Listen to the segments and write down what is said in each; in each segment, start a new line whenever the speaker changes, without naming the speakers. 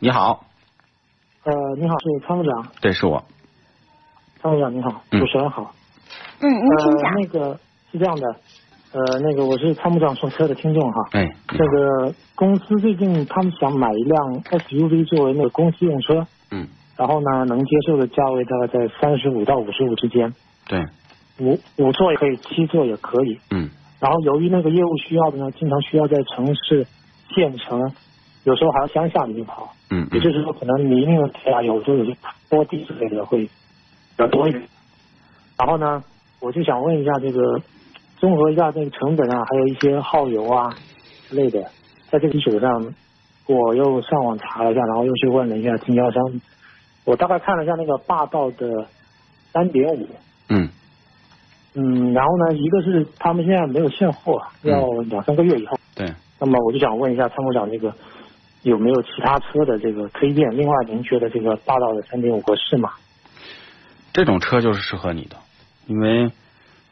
你好，
呃，你好，是参谋长，
对，是我。
参谋长你好，
嗯
主持人好。
嗯，您请
呃，
讲。
那个是这样的，呃，那个我是参谋长说车的听众哈。
哎，你好
这个公司最近他们想买一辆 SUV 作为那个公司用车，
嗯，
然后呢，能接受的价位大概在三十五到五十五之间，
对，
五五座也可以，七座也可以。
嗯
然后由于那个业务需要的呢，经常需要在城市、县城，有时候还要乡下里面跑，
嗯嗯
也就是说可能泥泞啊，有时候有些坡地之类的会比较多一点。然后呢，我就想问一下这个，综合一下这个成本啊，还有一些耗油啊之类的，在这个基础上，我又上网查了一下，然后又去问了一下经销商，我大概看了一下那个霸道的三点五，
嗯
嗯，然后呢，一个是他们现在没有现货，
嗯
要两三个月以后。
对，
那么我就想问一下参谋长，这个有没有其他车的这个推荐？另外，您觉得这个霸道的三点五合适吗？
这种车就是适合你的，因为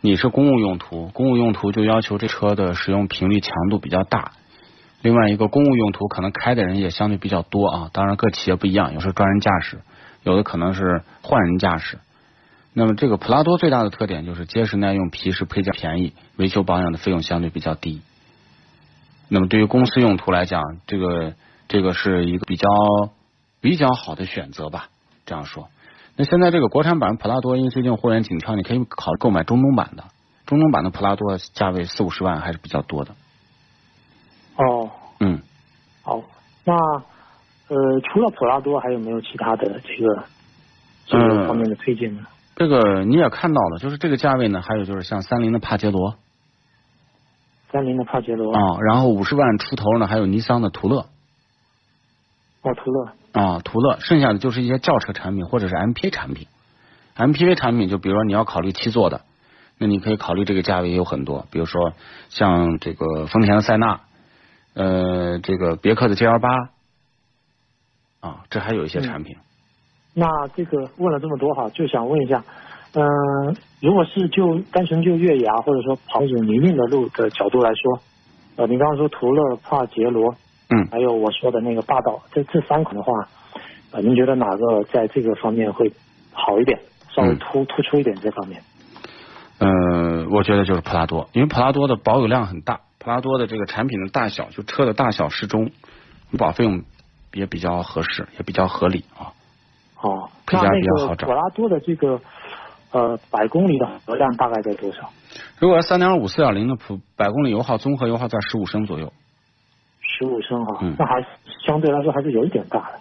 你是公务用途，公务用途就要求这车的使用频率强度比较大。另外一个公务用途可能开的人也相对比较多啊，当然各企业不一样，有时候专人驾驶，有的可能是换人驾驶。那么这个普拉多最大的特点就是结实耐用、皮实、配件便宜，维修保养的费用相对比较低。那么对于公司用途来讲，这个这个是一个比较比较好的选择吧，这样说。那现在这个国产版普拉多，因为最近货源紧俏，你可以考虑购买中东版的。中东版的普拉多价位四五十万还是比较多的。
哦，
嗯，
好，那呃，除了普拉多，还有没有其他的这个这个方面的推荐呢？
这个你也看到了，就是这个价位呢，还有就是像三菱的帕杰罗
三菱的帕杰罗，
啊、然后五十万出头呢，还有尼桑的途乐
哦，途乐，
啊、途乐，剩下的就是一些轿车产品或者是 MPV 产品。MPV 产品就比如说你要考虑七座的，那你可以考虑这个价位也有很多，比如说像这个丰田的塞纳，呃，这个别克的 GL 八啊，这还有一些产品。
那这个问了这么多哈，就想问一下，嗯、如果是就单纯就越野啊，或者说跑那种泥泞的路的角度来说，呃，您刚刚说途乐、帕杰罗，
嗯
还有我说的那个霸道，这这三款的话，呃，您觉得哪个在这个方面会好一点，稍微
嗯
突、突出一点这方面？
呃，我觉得就是普拉多，因为普拉多的保有量很大，普拉多的这个产品的大小，就车的大小适中，保费用也比较合适，也比较合理啊。
哦，
配
那
件
那
比较好
个
找
普拉多的这个呃百公里的油量大概在多少？
如果三点五、四点零的普百公里油耗，综合油耗在十五升左右。
十五升哈、
嗯
那还相对来说还是有一点大的。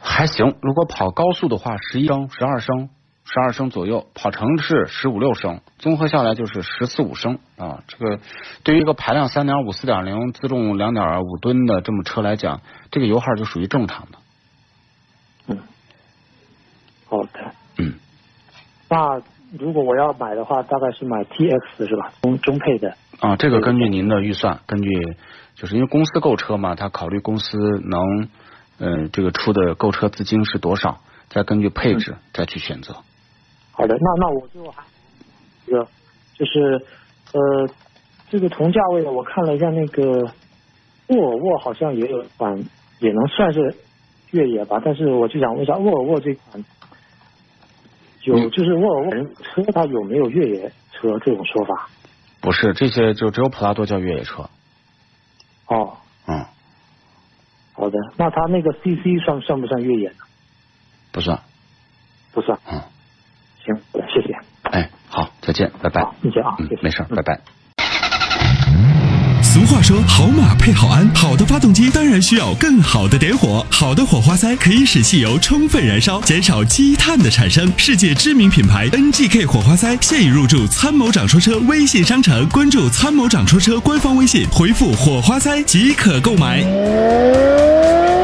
还行，如果跑高速的话，十一升、十二升、十二升左右；跑城市十五六升，综合下来就是十四五升啊。这个对于一个排量三点五、四点零、自重两点五吨的这么车来讲，这个油耗就属于正常的。
嗯，好的。
嗯，
那如果我要买的话，大概是买 TX 是吧？中中配的。
啊，这个根据您的预算，根据就是因为公司购车嘛，他考虑公司能呃这个出的购车资金是多少，再根据配置再去选择。
好的，那那我就还一个就是呃，这个同价位的，我看了一下那个沃尔沃好像也有一款，也能算是越野吧，但是我就想问一下，沃尔沃这款有
嗯
就是沃尔沃车它有没有越野车这种说法？
不是这些就只有普拉多叫越野车，
哦，
嗯，
好的，那它那个 CC 算算不算越野呢？
不算，
不算。
嗯，
行，好的谢谢。
哎，好，再见，拜拜
好，。谢谢啊，
嗯
谢谢，
没事儿，
嗯
拜拜。
俗话说，好马配好鞍，好的发动机当然需要更好的点火。好的火花塞可以使汽油充分燃烧，减少积碳的产生。世界知名品牌 NGK 火花塞现已入驻参谋长说车微信商城，关注参谋长说车官方微信，回复火花塞即可购买。